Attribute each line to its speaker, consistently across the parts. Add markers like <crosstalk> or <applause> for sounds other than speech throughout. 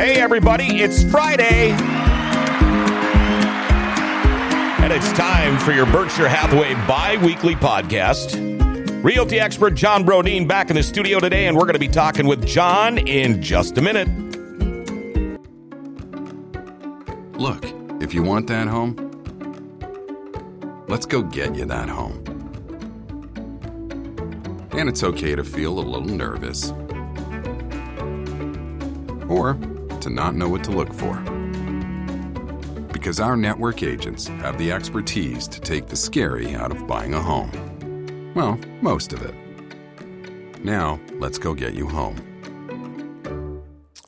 Speaker 1: everybody. It's Friday. And it's time for your Berkshire Hathaway bi weekly podcast. Realty expert John Brodeen back in the studio today, and we're going to be talking with John in just a minute.
Speaker 2: Look, if you want that home, let's go get you that home. And it's okay to feel a little nervous or to not know what to look for. Because our network agents have the expertise to take the scary out of buying a home. Well, most of it. Now, let's go get you home.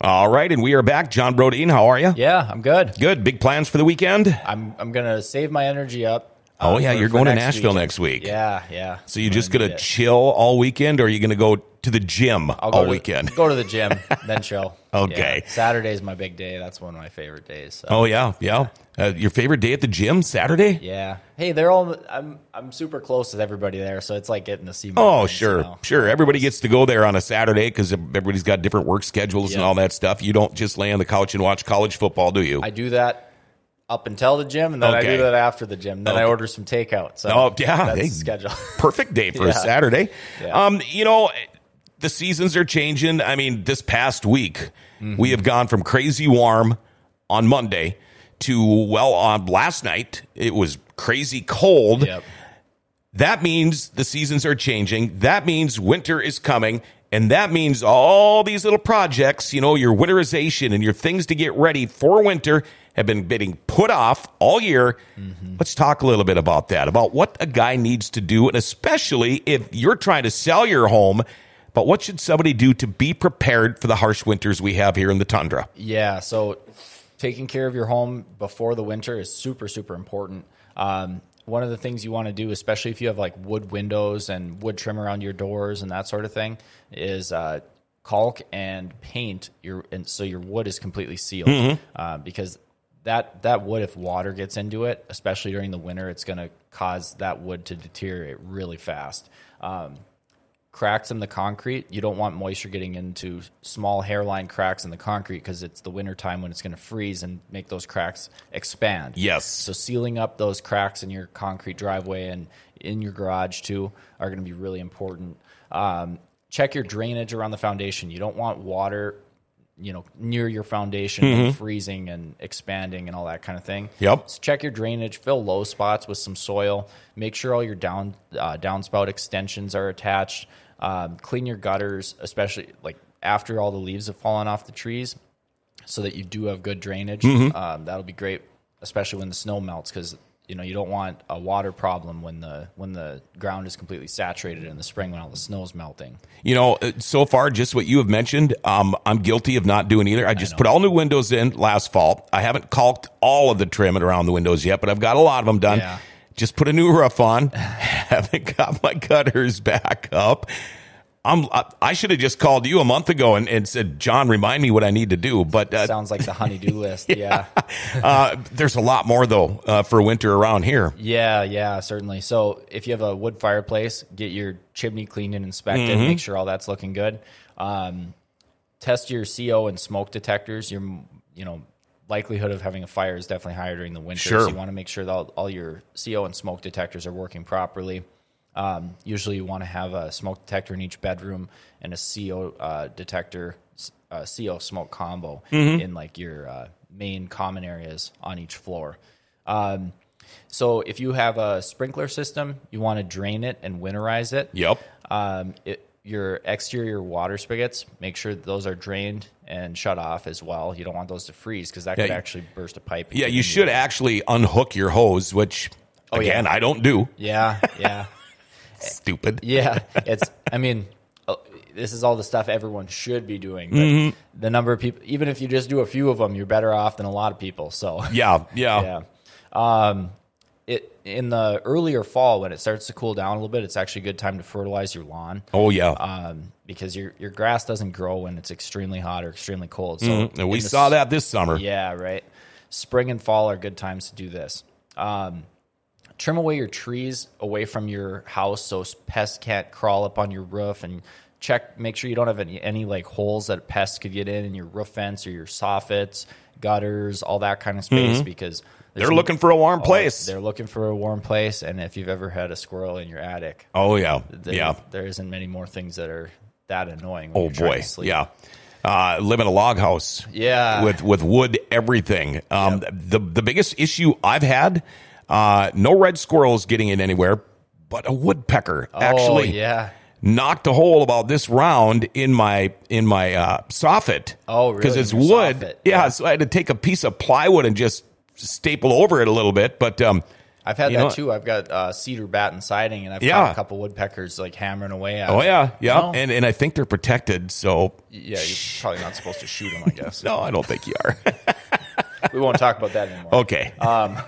Speaker 1: All right, and we are back. John Brodeen, how are you?
Speaker 3: Yeah, I'm good.
Speaker 1: Good. Big plans for the weekend?
Speaker 3: I'm I'm gonna save my energy up. uh,
Speaker 1: Oh, yeah,
Speaker 3: for-
Speaker 1: you're
Speaker 3: for
Speaker 1: going to Nashville
Speaker 3: weekend.
Speaker 1: next week.
Speaker 3: Yeah, yeah.
Speaker 1: So you're
Speaker 3: I'm
Speaker 1: just going
Speaker 3: need
Speaker 1: to
Speaker 3: it.
Speaker 1: chill all weekend, or are you going to go to the gym
Speaker 3: I'll go
Speaker 1: all
Speaker 3: to-
Speaker 1: weekend? <laughs>
Speaker 3: Go to the gym, then chill.
Speaker 1: Okay.
Speaker 3: Yeah. Saturday's my big day. That's one of my favorite days. So.
Speaker 1: Oh, yeah, yeah. Uh, your favorite day at the gym, Saturday?
Speaker 3: Yeah. Hey, they're all. I'm I'm super close with everybody there, so it's like getting to see. My
Speaker 1: Oh,
Speaker 3: friends, you
Speaker 1: sure,
Speaker 3: know?
Speaker 1: sure. Everybody gets to go there on a Saturday because everybody's got different work schedules and
Speaker 3: Yeah.
Speaker 1: all that stuff. You don't just lay on the couch and watch college football, do you?
Speaker 3: I do that up until the gym, and then
Speaker 1: Okay.
Speaker 3: I do that after the gym. Then I
Speaker 1: Okay.
Speaker 3: order some takeout. So
Speaker 1: Oh, yeah,
Speaker 3: that's
Speaker 1: hey. <laughs>
Speaker 3: the schedule.
Speaker 1: Perfect day for
Speaker 3: Yeah.
Speaker 1: a Saturday.
Speaker 3: Yeah.
Speaker 1: Um, you know, the seasons are changing. I mean, this past week
Speaker 3: Mm-hmm.
Speaker 1: we have gone from crazy warm on Monday to well on last night it was crazy cold.
Speaker 3: yep.
Speaker 1: That means the seasons are changing. That means winter is coming. And that means all these little projects, you know, your winterization and your things to get ready for winter have been getting put off all year. Let's talk a little bit about that, about what a guy needs to do. And especially if you're trying to sell your home, but what should somebody do to be prepared for the harsh winters we have here in the tundra?
Speaker 3: Yeah. So taking care of your home before the winter is super, super important. Um, one of the things you want to do, especially if you have like wood windows and wood trim around your doors and that sort of thing, is uh, caulk and paint your and so your wood is completely sealed uh, because that that wood, if water gets into it, especially during the winter, it's going to cause that wood to deteriorate really fast. Um, cracks in the concrete. You don't want moisture getting into small hairline cracks in the concrete because it's the winter time when it's going to freeze and make those cracks expand.
Speaker 1: Yes.
Speaker 3: So sealing up those cracks in your concrete driveway and in your garage too are going to be really important. Um, check your drainage around the foundation. You don't want water, you know, near your foundation and freezing and expanding and all that kind of thing.
Speaker 1: Yep.
Speaker 3: So check your drainage, fill low spots with some soil. Make sure all your down uh, downspout extensions are attached. Um, clean your gutters, especially like after all the leaves have fallen off the trees, so that you do have good drainage. Um, that'll be great, especially when the snow melts, because you know you don't want a water problem when the when the ground is completely saturated in the spring when all the snow is melting.
Speaker 1: You know, uh, so far, just what you have mentioned, um, I'm guilty of not doing either. I just put all new windows in last fall. I haven't caulked all of the trim around the windows yet, but I've got a lot of them done.
Speaker 3: Yeah.
Speaker 1: Just put a new roof on. <laughs> haven't got my gutters back up. I'm, I- I should have just called you a month ago and, and said, John, remind me what I need to do. But uh,
Speaker 3: Sounds like the honeydew list. Yeah.
Speaker 1: uh, there's a lot more, though, uh, for winter around here.
Speaker 3: Yeah, yeah, certainly. So if you have a wood fireplace, get your chimney cleaned and inspected. Make sure all that's looking good. Um, test your CO and smoke detectors. Your you know likelihood of having a fire is definitely higher during the winter.
Speaker 1: Sure.
Speaker 3: So you want to make sure that all, all your CO and smoke detectors are working properly. Um, usually, you want to have a smoke detector in each bedroom and a CO uh, detector, s- uh, CO smoke combo
Speaker 1: Mm-hmm.
Speaker 3: in like your uh, main common areas on each floor. Um, so, if you have a sprinkler system, you want to drain it and winterize it.
Speaker 1: Yep.
Speaker 3: Um, it, your exterior water spigots, make sure that those are drained and shut off as well. You don't want those to freeze because that could
Speaker 1: you-
Speaker 3: actually burst a pipe. and
Speaker 1: Yeah, Oh,
Speaker 3: get
Speaker 1: you
Speaker 3: into
Speaker 1: should
Speaker 3: your-
Speaker 1: actually unhook your hose, which, again, I don't do.
Speaker 3: Yeah, yeah,
Speaker 1: Stupid.
Speaker 3: yeah. It's. I mean, uh, this is all the stuff everyone should be doing. But The number of people, even if you just do a few of them, you're better off than a lot of people. So
Speaker 1: Yeah, yeah.
Speaker 3: yeah. Um, it in the earlier fall when it starts to cool down a little bit, it's actually a good time to fertilize your lawn.
Speaker 1: Oh, yeah.
Speaker 3: um, because your your grass doesn't grow when it's extremely hot or extremely cold. So
Speaker 1: And we
Speaker 3: in the
Speaker 1: saw
Speaker 3: s-
Speaker 1: that this summer.
Speaker 3: Yeah, right. Spring and fall are good times to do this. Um, trim away your trees away from your house so pests can't crawl up on your roof and check make sure you don't have any, any like holes that pests could get in in your roof vents or your soffits gutters all that kind of space because
Speaker 1: Mm-hmm. They're looking for a warm place.
Speaker 3: oh, they're looking for a warm place and if you've ever had a squirrel in your attic
Speaker 1: Oh yeah,
Speaker 3: there,
Speaker 1: yeah.
Speaker 3: there isn't many more things that are that annoying when
Speaker 1: Oh
Speaker 3: you're trying
Speaker 1: boy,
Speaker 3: to sleep.
Speaker 1: yeah. Uh, live in a log house.
Speaker 3: Yeah.
Speaker 1: with with wood everything. Um, the the biggest issue I've had, uh, no red squirrels getting in anywhere, but a woodpecker actually
Speaker 3: oh, yeah
Speaker 1: knocked a hole about this round in my in my uh, soffit.
Speaker 3: Oh, really?
Speaker 1: Because it's
Speaker 3: In your
Speaker 1: wood.
Speaker 3: soffit.
Speaker 1: Yeah, so I had to take a piece of plywood and just staple over it a little bit. But um,
Speaker 3: I've had
Speaker 1: You
Speaker 3: that
Speaker 1: know-
Speaker 3: too. I've got uh, cedar bat and siding, and I've
Speaker 1: Yeah.
Speaker 3: caught a couple woodpeckers like hammering away at.
Speaker 1: oh
Speaker 3: it.
Speaker 1: yeah, yeah,
Speaker 3: No.
Speaker 1: and and I think they're protected. So
Speaker 3: yeah. You're probably not supposed to shoot them. I guess
Speaker 1: <laughs> no, I don't think you are.
Speaker 3: we won't talk about that anymore.
Speaker 1: okay.
Speaker 3: Uh,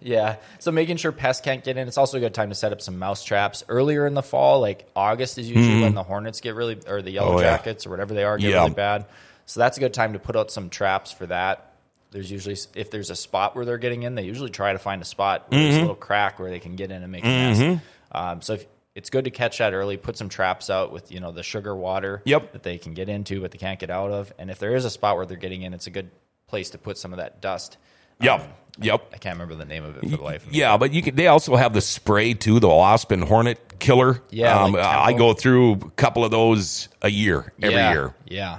Speaker 3: Yeah. So making sure pests can't get in. It's also a good time to set up some mouse traps earlier in the fall. Like August is usually when the hornets get really, or the yellow
Speaker 1: Mm-hmm. Oh, yeah.
Speaker 3: jackets or whatever they are get
Speaker 1: Yeah.
Speaker 3: really bad. So that's a good time to put out some traps for that. There's usually if there's a spot where they're getting in, they usually try to find a spot where
Speaker 1: Mm-hmm.
Speaker 3: there's a little crack where they can get in and make a nest. Um, so if, it's good to catch that early. Put some traps out with you know the sugar water
Speaker 1: Yep.
Speaker 3: that they can get into, but they can't get out of. And if there is a spot where they're getting in, it's a good place to put some of that dust.
Speaker 1: yep. Yep.
Speaker 3: I can't remember the name of it for the life of me.
Speaker 1: Yeah, but you can. They also have the spray too, the wasp and hornet killer.
Speaker 3: Yeah,
Speaker 1: um,
Speaker 3: like
Speaker 1: I
Speaker 3: Tempo.
Speaker 1: go through a couple of those a year, every
Speaker 3: yeah,
Speaker 1: year.
Speaker 3: Yeah.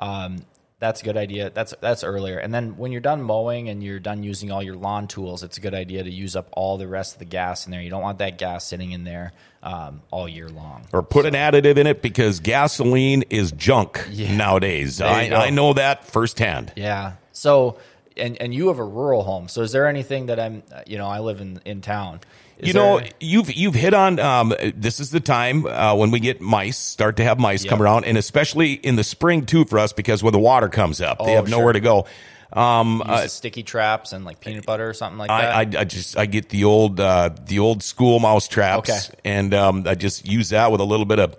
Speaker 3: Um, that's a good idea. That's that's earlier. And then when you're done mowing and you're done using all your lawn tools, it's a good idea to use up all the rest of the gas in there. You don't want that gas sitting in there um, all year long.
Speaker 1: Or put an additive in it because gasoline is junk nowadays.
Speaker 3: you
Speaker 1: I,
Speaker 3: go.
Speaker 1: I know that firsthand.
Speaker 3: Yeah. So and and you have a rural home. So is there anything that I'm you know I live in in town? Is
Speaker 1: you know,
Speaker 3: there-
Speaker 1: you've you've hit on. Um, this is the time uh, when we get mice start to have mice come
Speaker 3: Yep.
Speaker 1: around, and especially in the spring too for us because when the water comes up, they
Speaker 3: Oh,
Speaker 1: have nowhere
Speaker 3: sure.
Speaker 1: to go. Um,
Speaker 3: uses sticky traps and like peanut butter or something like
Speaker 1: I,
Speaker 3: that.
Speaker 1: I, I just I get the old uh, the old school mouse traps,
Speaker 3: Okay.
Speaker 1: and um, I just use that with a little bit of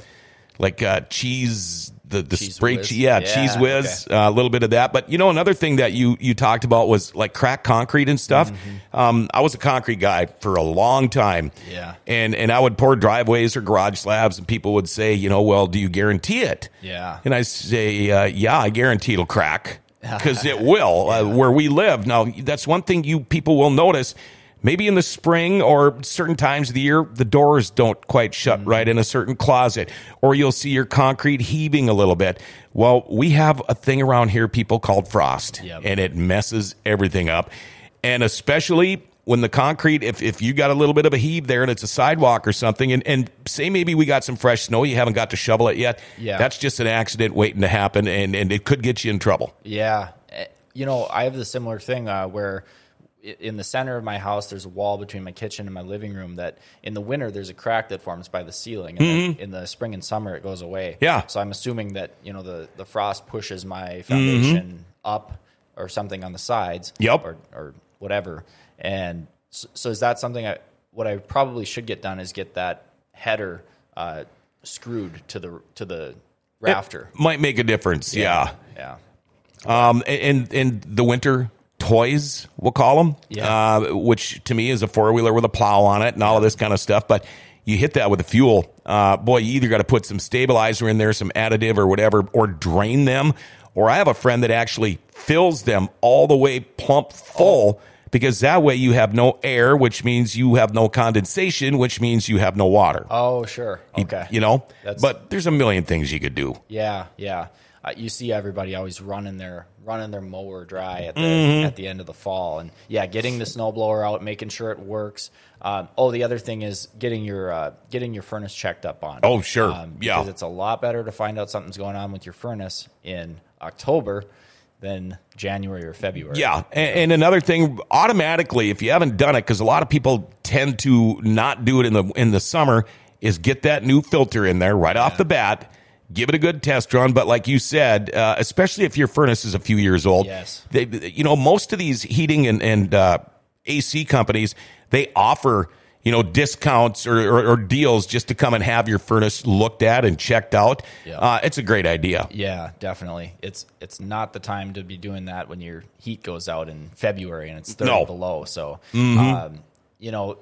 Speaker 1: like uh, cheese the the
Speaker 3: Cheese
Speaker 1: spray
Speaker 3: whiz.
Speaker 1: cheese yeah,
Speaker 3: Yeah,
Speaker 1: cheese whiz uh, a little bit of that. But you know another thing that you you talked about was like crack concrete and stuff. Um, I was a concrete guy for a long time,
Speaker 3: Mm-hmm. Yeah.
Speaker 1: and and I would pour driveways or garage slabs, and people would say, you know, well, do you guarantee it?
Speaker 3: Yeah.
Speaker 1: And I say, uh, yeah, I guarantee it'll crack because it will uh, where we live. Now, that's one thing you people will notice. Maybe in the spring or certain times of the year, the doors don't quite shut right in a certain closet, or you'll see your concrete heaving a little bit. Well, we have a thing around here people called frost,
Speaker 3: Yep.
Speaker 1: and it messes everything up. And especially when the concrete, if, if you got a little bit of a heave there and it's a sidewalk or something, and, and say maybe we got some fresh snow, you haven't got to shovel it yet.
Speaker 3: Yeah.
Speaker 1: That's just an accident waiting to happen, and, and it could get you in trouble.
Speaker 3: Yeah. Eh, You know, I have the similar thing uh, where i- in the center of my house, there's a wall between my kitchen and my living room that in the winter, there's a crack that forms by the ceiling. And then in the spring and summer, it goes away.
Speaker 1: Mm-hmm. Yeah. Mm-hmm.
Speaker 3: So I'm assuming that, you know, the, the frost pushes my foundation up or something on the sides.
Speaker 1: Yep.
Speaker 3: Or, or whatever. And so, so is that something I, what I probably should get done is get that header uh, screwed to the, to the rafter.
Speaker 1: Might make a difference, yeah.
Speaker 3: Yeah.
Speaker 1: Um, and, and the winter toys, we'll call them,
Speaker 3: Yeah.
Speaker 1: uh, which to me is a four wheeler with a plow on it and all of this kind of stuff. But you hit that with the fuel. Uh, boy, you either got to put some stabilizer in there, some additive or whatever, or drain them. Or I have a friend that actually fills them all the way plump full. Because that way you have no air, which means you have no condensation, which means you have no water.
Speaker 3: Oh, sure. Okay.
Speaker 1: You know,
Speaker 3: That's-
Speaker 1: but there's a million things you could do.
Speaker 3: Yeah, yeah. Uh, you see everybody always running their running their mower dry at the
Speaker 1: Mm-hmm.
Speaker 3: at the end of the fall, and yeah, getting the snowblower out, making sure it works. Um, oh, the other thing is getting your uh, getting your furnace checked up on. Um,
Speaker 1: Oh, sure. Yeah.
Speaker 3: because it's a lot better to find out something's going on with your furnace in October than January or February.
Speaker 1: Yeah, and, and another thing, automatically, if you haven't done it, because a lot of people tend to not do it in the in the summer, is get that new filter in there right off the bat. Give it a good test run, but like you said, uh, especially if your furnace is a few years old,
Speaker 3: Yes.
Speaker 1: they, you know, most of these heating and and uh, AC companies they offer you know discounts or, or, or deals just to come and have your furnace looked at and checked out.
Speaker 3: Yeah.
Speaker 1: Uh, it's a great idea.
Speaker 3: Yeah, definitely. It's it's not the time to be doing that when your heat goes out in February and it's 30
Speaker 1: No. Mm-hmm.
Speaker 3: below. So, um, you know,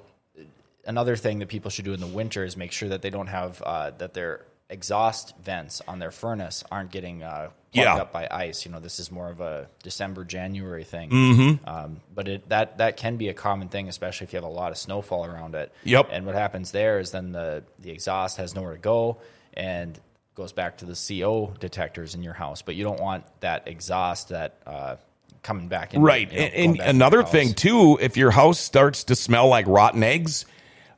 Speaker 3: another thing that people should do in the winter is make sure that they don't have uh, that their exhaust vents on their furnace aren't getting uh, plugged
Speaker 1: Yeah.
Speaker 3: up by ice. You know, this is more of a December January thing. Um, but it, that that can be a common thing, especially if you have a lot of snowfall around it.
Speaker 1: Yep.
Speaker 3: And what happens there is then the the exhaust has nowhere to go and goes back to the CO detectors in your house. But you don't want that exhaust that. Uh, coming back in
Speaker 1: Right.
Speaker 3: you know,
Speaker 1: and
Speaker 3: going
Speaker 1: and
Speaker 3: back in your
Speaker 1: another
Speaker 3: house.
Speaker 1: thing too, if your house starts to smell like rotten eggs,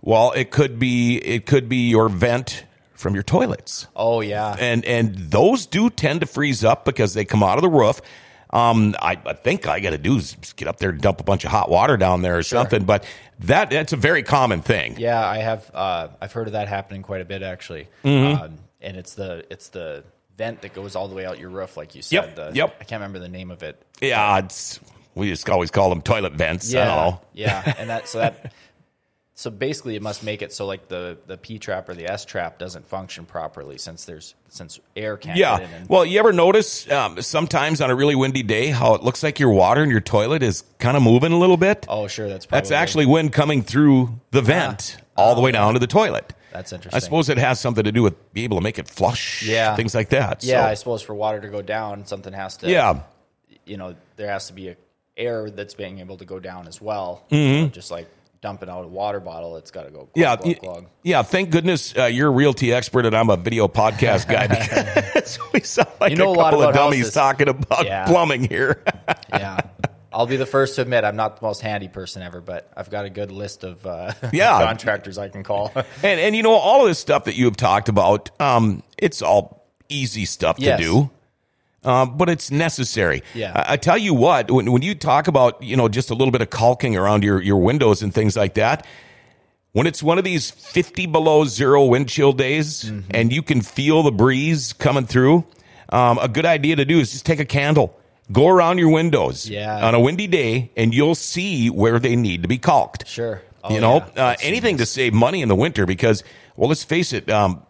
Speaker 1: well, it could be it could be your vent from your toilets.
Speaker 3: oh yeah
Speaker 1: And and those do tend to freeze up because they come out of the roof. Um, I, I think I got to do is get up there and dump a bunch of hot water down there or something. But that that's a very common thing.
Speaker 3: Yeah, I have. Uh, I've heard of that happening quite a bit actually.
Speaker 1: Mm-hmm.
Speaker 3: Um, and it's the it's the vent that goes all the way out your roof, like you said.
Speaker 1: Yep,
Speaker 3: The,
Speaker 1: yep.
Speaker 3: I can't remember the name of it.
Speaker 1: Yeah, it's we just always call them toilet vents. I don't know.
Speaker 3: yeah. And that so that so basically it must make it so like the the P trap or the S trap doesn't function properly since there's since air can't get in.
Speaker 1: Yeah.
Speaker 3: And,
Speaker 1: Well, you ever notice um, sometimes on a really windy day how it looks like your water in your toilet is kind of moving a little bit?
Speaker 3: oh, sure. That's probably
Speaker 1: That's actually wind coming through the vent all the way down to the toilet.
Speaker 3: that's interesting.
Speaker 1: I suppose it has something to do with being able to make it flush,
Speaker 3: Yeah.
Speaker 1: things like that.
Speaker 3: Yeah, I
Speaker 1: so,
Speaker 3: suppose for water to go down, something has to.
Speaker 1: yeah,
Speaker 3: you know there has to be a air that's being able to go down as well
Speaker 1: Mm-hmm.
Speaker 3: just like dumping out a water bottle it's got to go glug,
Speaker 1: yeah,
Speaker 3: glug,
Speaker 1: <laughs>
Speaker 3: glug.
Speaker 1: yeah. Thank goodness uh, you're a realty expert and I'm a video podcast
Speaker 3: <laughs>
Speaker 1: guy <laughs> because we sound like
Speaker 3: You know
Speaker 1: a
Speaker 3: a lot
Speaker 1: couple of
Speaker 3: about
Speaker 1: dummies
Speaker 3: houses.
Speaker 1: talking about
Speaker 3: Yeah.
Speaker 1: plumbing here. <laughs>
Speaker 3: yeah i'll be the first to admit i'm not the most handy person ever but i've got a good list of uh,
Speaker 1: Yeah.
Speaker 3: <laughs> contractors i can call
Speaker 1: <laughs> And and you know all of this stuff that you have talked about, um, it's all easy stuff
Speaker 3: Yes.
Speaker 1: to do, um, but it's necessary.
Speaker 3: Yeah.
Speaker 1: I, I tell you what, when when you talk about you know just a little bit of caulking around your your windows and things like that. When it's one of these 50 below zero wind chill days
Speaker 3: Mm-hmm.
Speaker 1: and you can feel the breeze coming through, um, a good idea to do is just take a candle, go around your windows
Speaker 3: Yeah.
Speaker 1: on a windy day, and you'll see where they need to be caulked
Speaker 3: sure Oh,
Speaker 1: you know, uh, anything to save money in the winter because, well, let's face it. Um,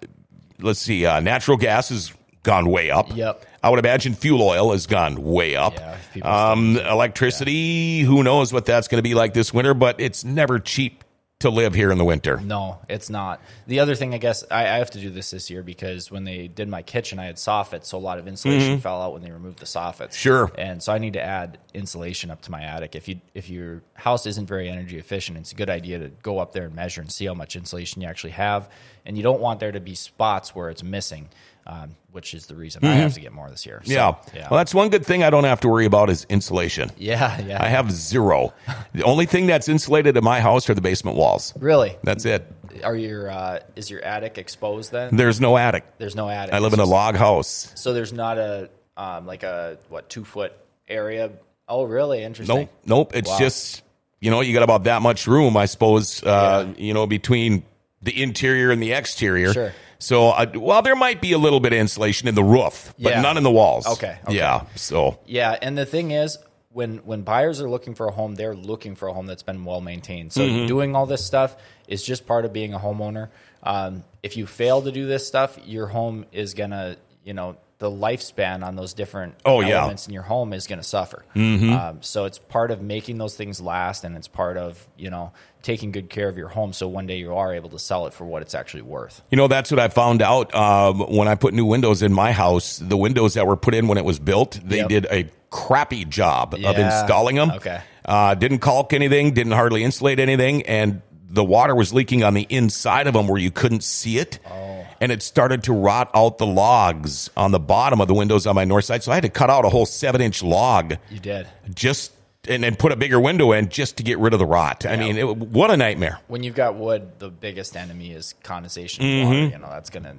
Speaker 1: let's see, uh, natural gas has gone way up.
Speaker 3: Yep.
Speaker 1: I would imagine fuel oil has gone way up.
Speaker 3: Yeah, if people
Speaker 1: um, electricity, who knows what that's going to be like this winter? But it's never cheap to live here in the winter.
Speaker 3: No, it's not. The other thing, I guess, I, I have to do this this year because when they did my kitchen, I had soffits, so a lot of insulation fell out when they removed the soffits.
Speaker 1: Mm-hmm. Sure.
Speaker 3: And so I need to add insulation up to my attic. If you if your house isn't very energy efficient, it's a good idea to go up there and measure and see how much insulation you actually have. And you don't want there to be spots where it's missing, um, which is the reason I have to get more this year. So,
Speaker 1: Mm-hmm. yeah.
Speaker 3: yeah.
Speaker 1: Well, that's one good thing I don't have to worry about is insulation.
Speaker 3: yeah. Yeah.
Speaker 1: I have
Speaker 3: <laughs>
Speaker 1: zero. the only thing that's insulated in my house are the basement walls.
Speaker 3: really?
Speaker 1: That's it.
Speaker 3: Are your uh, is your attic exposed then?
Speaker 1: There's no attic.
Speaker 3: There's no attic.
Speaker 1: I live in a log house.
Speaker 3: So there's not a um, like a what two foot area. Oh, really? Interesting.
Speaker 1: Nope, nope. It's
Speaker 3: Wow.
Speaker 1: just you know you got about that much room, I suppose. Uh, You know between the interior and the exterior.
Speaker 3: Sure.
Speaker 1: So uh, well, there might be a little bit of insulation in the roof, but
Speaker 3: Yeah.
Speaker 1: none in the walls.
Speaker 3: Okay, okay.
Speaker 1: Yeah. So
Speaker 3: Yeah, and the thing is, when when buyers are looking for a home, they're looking for a home that's been well maintained. So
Speaker 1: Mm-hmm.
Speaker 3: doing all this stuff is just part of being a homeowner. Um, if you fail to do this stuff, your home is gonna, you know, the lifespan on those different
Speaker 1: Oh, yeah. Mm-hmm.
Speaker 3: elements in your home is gonna suffer. Um, so it's part of making those things last, and it's part of you know taking good care of your home. So one day you are able to sell it for what it's actually worth.
Speaker 1: you know that's what I found out um, when I put new windows in my house. The windows that were put in when it was built, they
Speaker 3: Yep.
Speaker 1: did a crappy job of
Speaker 3: Yeah.
Speaker 1: installing them.
Speaker 3: Okay.
Speaker 1: Uh, didn't caulk anything. Didn't hardly insulate anything, and the water was leaking on the inside of them where you couldn't see it.
Speaker 3: Oh.
Speaker 1: And it started to rot out the logs on the bottom of the windows on my north side. So I had to cut out a whole seven inch log
Speaker 3: You did.
Speaker 1: just and then put a bigger window in just to get rid of the rot. I mean, it, what a nightmare.
Speaker 3: when you've got wood, the biggest enemy is condensation. and Water, you know that's gonna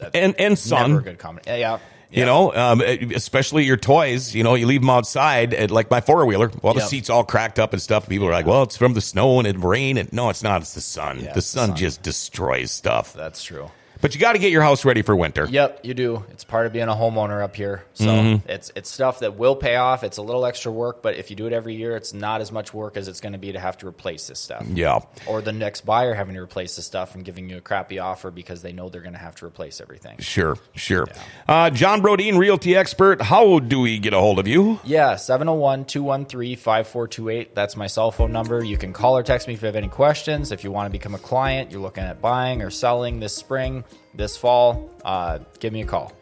Speaker 3: that's
Speaker 1: And and Mm-hmm. sun.
Speaker 3: never a good comment. Yeah, yeah,
Speaker 1: You know, um, especially your toys. You know, you leave them outside, and like my four wheeler. Well, the
Speaker 3: Yep.
Speaker 1: seats all cracked up and stuff. People are like, "Well, it's from the snow and it rain." And no, it's not. It's the sun.
Speaker 3: it's
Speaker 1: the
Speaker 3: the
Speaker 1: sun,
Speaker 3: sun.
Speaker 1: just destroys stuff.
Speaker 3: that's true.
Speaker 1: But you got to get your house ready for winter.
Speaker 3: Yep, you do. It's part of being a homeowner up here. So
Speaker 1: Mm-hmm.
Speaker 3: it's it's stuff that will pay off. It's a little extra work, but if you do it every year, it's not as much work as it's going to be to have to replace this stuff.
Speaker 1: Yeah.
Speaker 3: Or the next buyer having to replace this stuff and giving you a crappy offer because they know they're going to have to replace everything.
Speaker 1: Sure, sure. Uh, John Brodeen, realty expert. How do we get a hold of you?
Speaker 3: Yeah, 701 213 5428. That's my cell phone number. You can call or text me if you have any questions. If you want to become a client, you're looking at buying or selling this spring, this fall, uh, give me a call.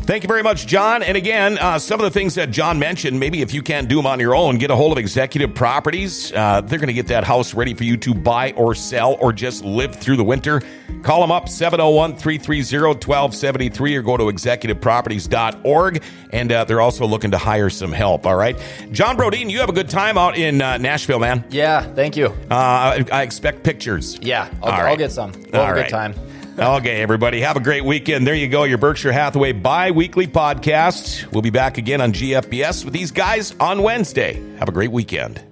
Speaker 1: Thank you very much, John. And again, uh, some of the things that John mentioned, maybe if you can't do them on your own, get a hold of Executive Properties. Uh, they're going to get that house ready for you to buy or sell or just live through the winter. Call them up, 701 330 1273, or go to executiveproperties.org. And uh, they're also looking to hire some help. All right. John Brodeen, you have a good time out in uh, Nashville, man.
Speaker 3: Yeah, thank you.
Speaker 1: Uh, I, I expect pictures.
Speaker 3: Yeah, I'll,
Speaker 1: All
Speaker 3: I'll
Speaker 1: right.
Speaker 3: get some. We'll have
Speaker 1: All
Speaker 3: a
Speaker 1: right.
Speaker 3: good time.
Speaker 1: Okay, everybody, have a great weekend. There you go, your Berkshire Hathaway bi weekly podcast. We'll be back again on GFBS with these guys on Wednesday. Have a great weekend.